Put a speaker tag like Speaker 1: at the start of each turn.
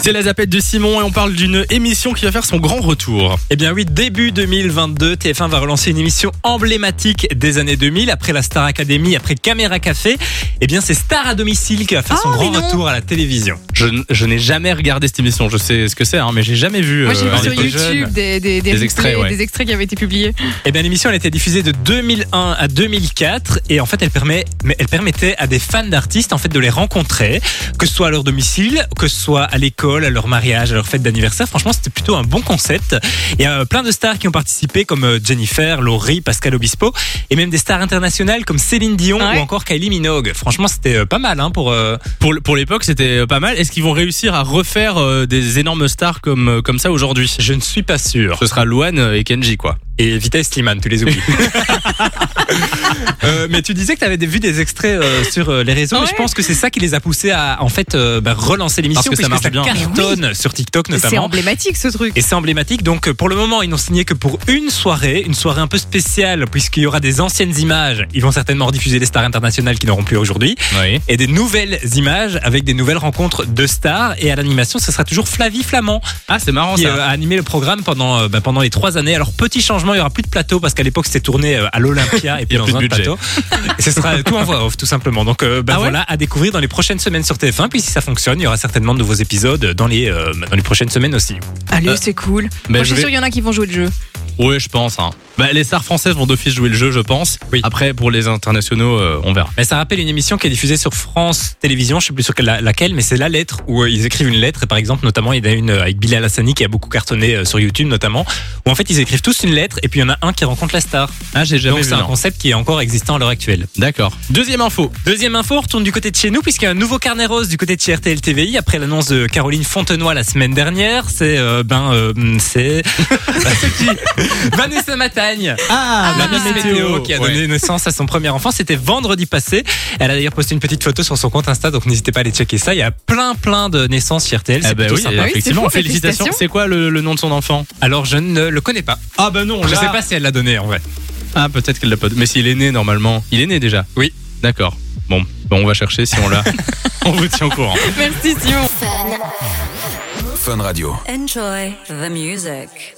Speaker 1: C'est la zapette de Simon et on parle d'une émission qui va faire son grand retour.
Speaker 2: Eh bien oui, début 2022, TF1 va relancer une émission emblématique des années 2000, après la Star Academy, après Caméra Café. Eh bien c'est Star à domicile qui va faire son
Speaker 3: Oh, mais
Speaker 2: grand
Speaker 3: non.
Speaker 2: retour à la télévision.
Speaker 1: Je, n- je n'ai jamais regardé cette émission, je sais ce que c'est, hein, mais j'ai jamais vu.
Speaker 3: Moi,
Speaker 1: euh,
Speaker 3: j'ai
Speaker 1: à
Speaker 3: vu sur
Speaker 1: l'époque jeune.
Speaker 3: YouTube des, des,
Speaker 1: Des extraits,
Speaker 3: replays,
Speaker 1: ouais.
Speaker 3: des extraits qui avaient été publiés.
Speaker 2: Eh bien l'émission elle a été diffusée de 2001 à 2004 et en fait elle, permet, mais elle permettait à des fans d'artistes en fait de les rencontrer, que ce soit à leur domicile, que ce soit à l'école, à leur mariage, à leur fête d'anniversaire. Franchement c'était plutôt un bon concept. Il y a euh, plein de stars qui ont participé comme euh, Jennifer, Laurie, Pascal Obispo et même des stars internationales comme Céline Dion
Speaker 3: Ouais.
Speaker 2: ou encore Kylie Minogue. Franchement c'était euh, pas mal hein, pour... euh,
Speaker 1: Pour, l- pour l'époque, c'était euh, pas mal. Est-ce qu'ils vont réussir à refaire euh, des énormes stars comme, euh, comme ça aujourd'hui
Speaker 2: Je ne suis pas sûr.
Speaker 1: Ce sera Luan euh, et Kenji, quoi.
Speaker 2: Et Vitesse Slimane, tu les oublies. Euh, mais tu disais que tu avais vu des extraits euh, sur euh, les réseaux, mais
Speaker 3: Ouais.
Speaker 2: je pense que c'est ça qui les a poussés à en fait euh, bah, relancer l'émission
Speaker 1: Parce que ça
Speaker 2: puisque
Speaker 1: marche bien.
Speaker 2: cartonne sur TikTok
Speaker 3: C'est
Speaker 2: notamment.
Speaker 3: emblématique ce truc.
Speaker 2: Et c'est emblématique. Donc, euh, pour le moment, ils n'ont signé que pour une soirée, une soirée un peu spéciale, puisqu'il y aura des anciennes images. Ils vont certainement rediffuser les stars internationales qui n'auront plus aujourd'hui,
Speaker 1: Oui.
Speaker 2: et des nouvelles images avec des nouvelles rencontres de stars. Et à l'animation, ce sera toujours Flavie Flamand
Speaker 1: Ah, c'est marrant
Speaker 2: qui
Speaker 1: ça.
Speaker 2: euh, a animé le programme pendant, euh, bah, pendant les trois années. Alors, petit changement, il n'y aura plus de plateau parce qu'à l'époque, c'était tourné euh, à l'Olympia et
Speaker 1: Il y
Speaker 2: puis
Speaker 1: a
Speaker 2: dans
Speaker 1: plus
Speaker 2: un
Speaker 1: de budget.
Speaker 2: plateau. Et ce sera tout en voix off, tout simplement. Donc, euh, bah,
Speaker 1: Ah ouais
Speaker 2: voilà, à découvrir dans les prochaines semaines sur TF1. Puis, si ça fonctionne, il y aura certainement de nouveaux épisodes dans les, euh, dans les prochaines semaines aussi.
Speaker 3: Allez,
Speaker 1: Euh,
Speaker 3: c'est cool.
Speaker 1: ben,
Speaker 3: Moi,
Speaker 1: je
Speaker 3: je suis
Speaker 1: vais-
Speaker 3: sûre qu'il y en a qui vont jouer le jeu.
Speaker 1: Oui, je pense. hein. Bah, les stars françaises vont d'office jouer le jeu, je pense.
Speaker 2: Oui.
Speaker 1: Après, pour les internationaux, euh, on verra.
Speaker 2: Mais ça rappelle une émission qui est diffusée sur France Télévisions, je sais plus sur quelle- la- laquelle, mais c'est la lettre où euh, ils écrivent une lettre. Et par exemple, notamment, il y en a une euh, avec Bilal Hassani qui a beaucoup cartonné euh, sur YouTube, notamment, où en fait, ils écrivent tous une lettre et puis il y en a un qui rencontre la star.
Speaker 1: Ah, j'ai jamais
Speaker 2: Donc,
Speaker 1: vu.
Speaker 2: c'est un
Speaker 1: non.
Speaker 2: concept qui est encore existant à l'heure actuelle.
Speaker 1: D'accord. Deuxième info.
Speaker 2: Deuxième info, on retourne du côté de chez nous puisqu'il y a un nouveau carnet rose du côté de chez RTL TVI après l'annonce de Caroline Fontenoy la semaine dernière. C'est euh, ben euh, hmm, c'est c'est qui Vanessa Matagne,
Speaker 1: Ah,
Speaker 2: la Miss météo qui a
Speaker 1: Ouais.
Speaker 2: donné naissance à son premier enfant. C'était vendredi passé. Elle a d'ailleurs posté une petite photo sur son compte Insta, donc n'hésitez pas à aller checker ça. Il y a plein plein de naissances chez RTL. C'est
Speaker 1: Eh ben
Speaker 2: plutôt
Speaker 1: oui,
Speaker 2: sympa.
Speaker 3: Ah oui,
Speaker 1: effectivement,
Speaker 3: c'est fou,
Speaker 1: félicitations.
Speaker 3: félicitations.
Speaker 1: C'est quoi le, le nom de son enfant
Speaker 2: Alors je ne le connais pas.
Speaker 1: Ah
Speaker 3: ben
Speaker 1: bah non,
Speaker 2: Je sais pas si elle l'a donné en vrai.
Speaker 1: Ah, peut-être qu'elle l'a pas. Mais s'il est né normalement. Il est né déjà
Speaker 2: Oui.
Speaker 1: D'accord. Bon, Bon, on va chercher si on l'a. on vous tient au courant.
Speaker 3: Merci Simon.
Speaker 4: Enjoy the music.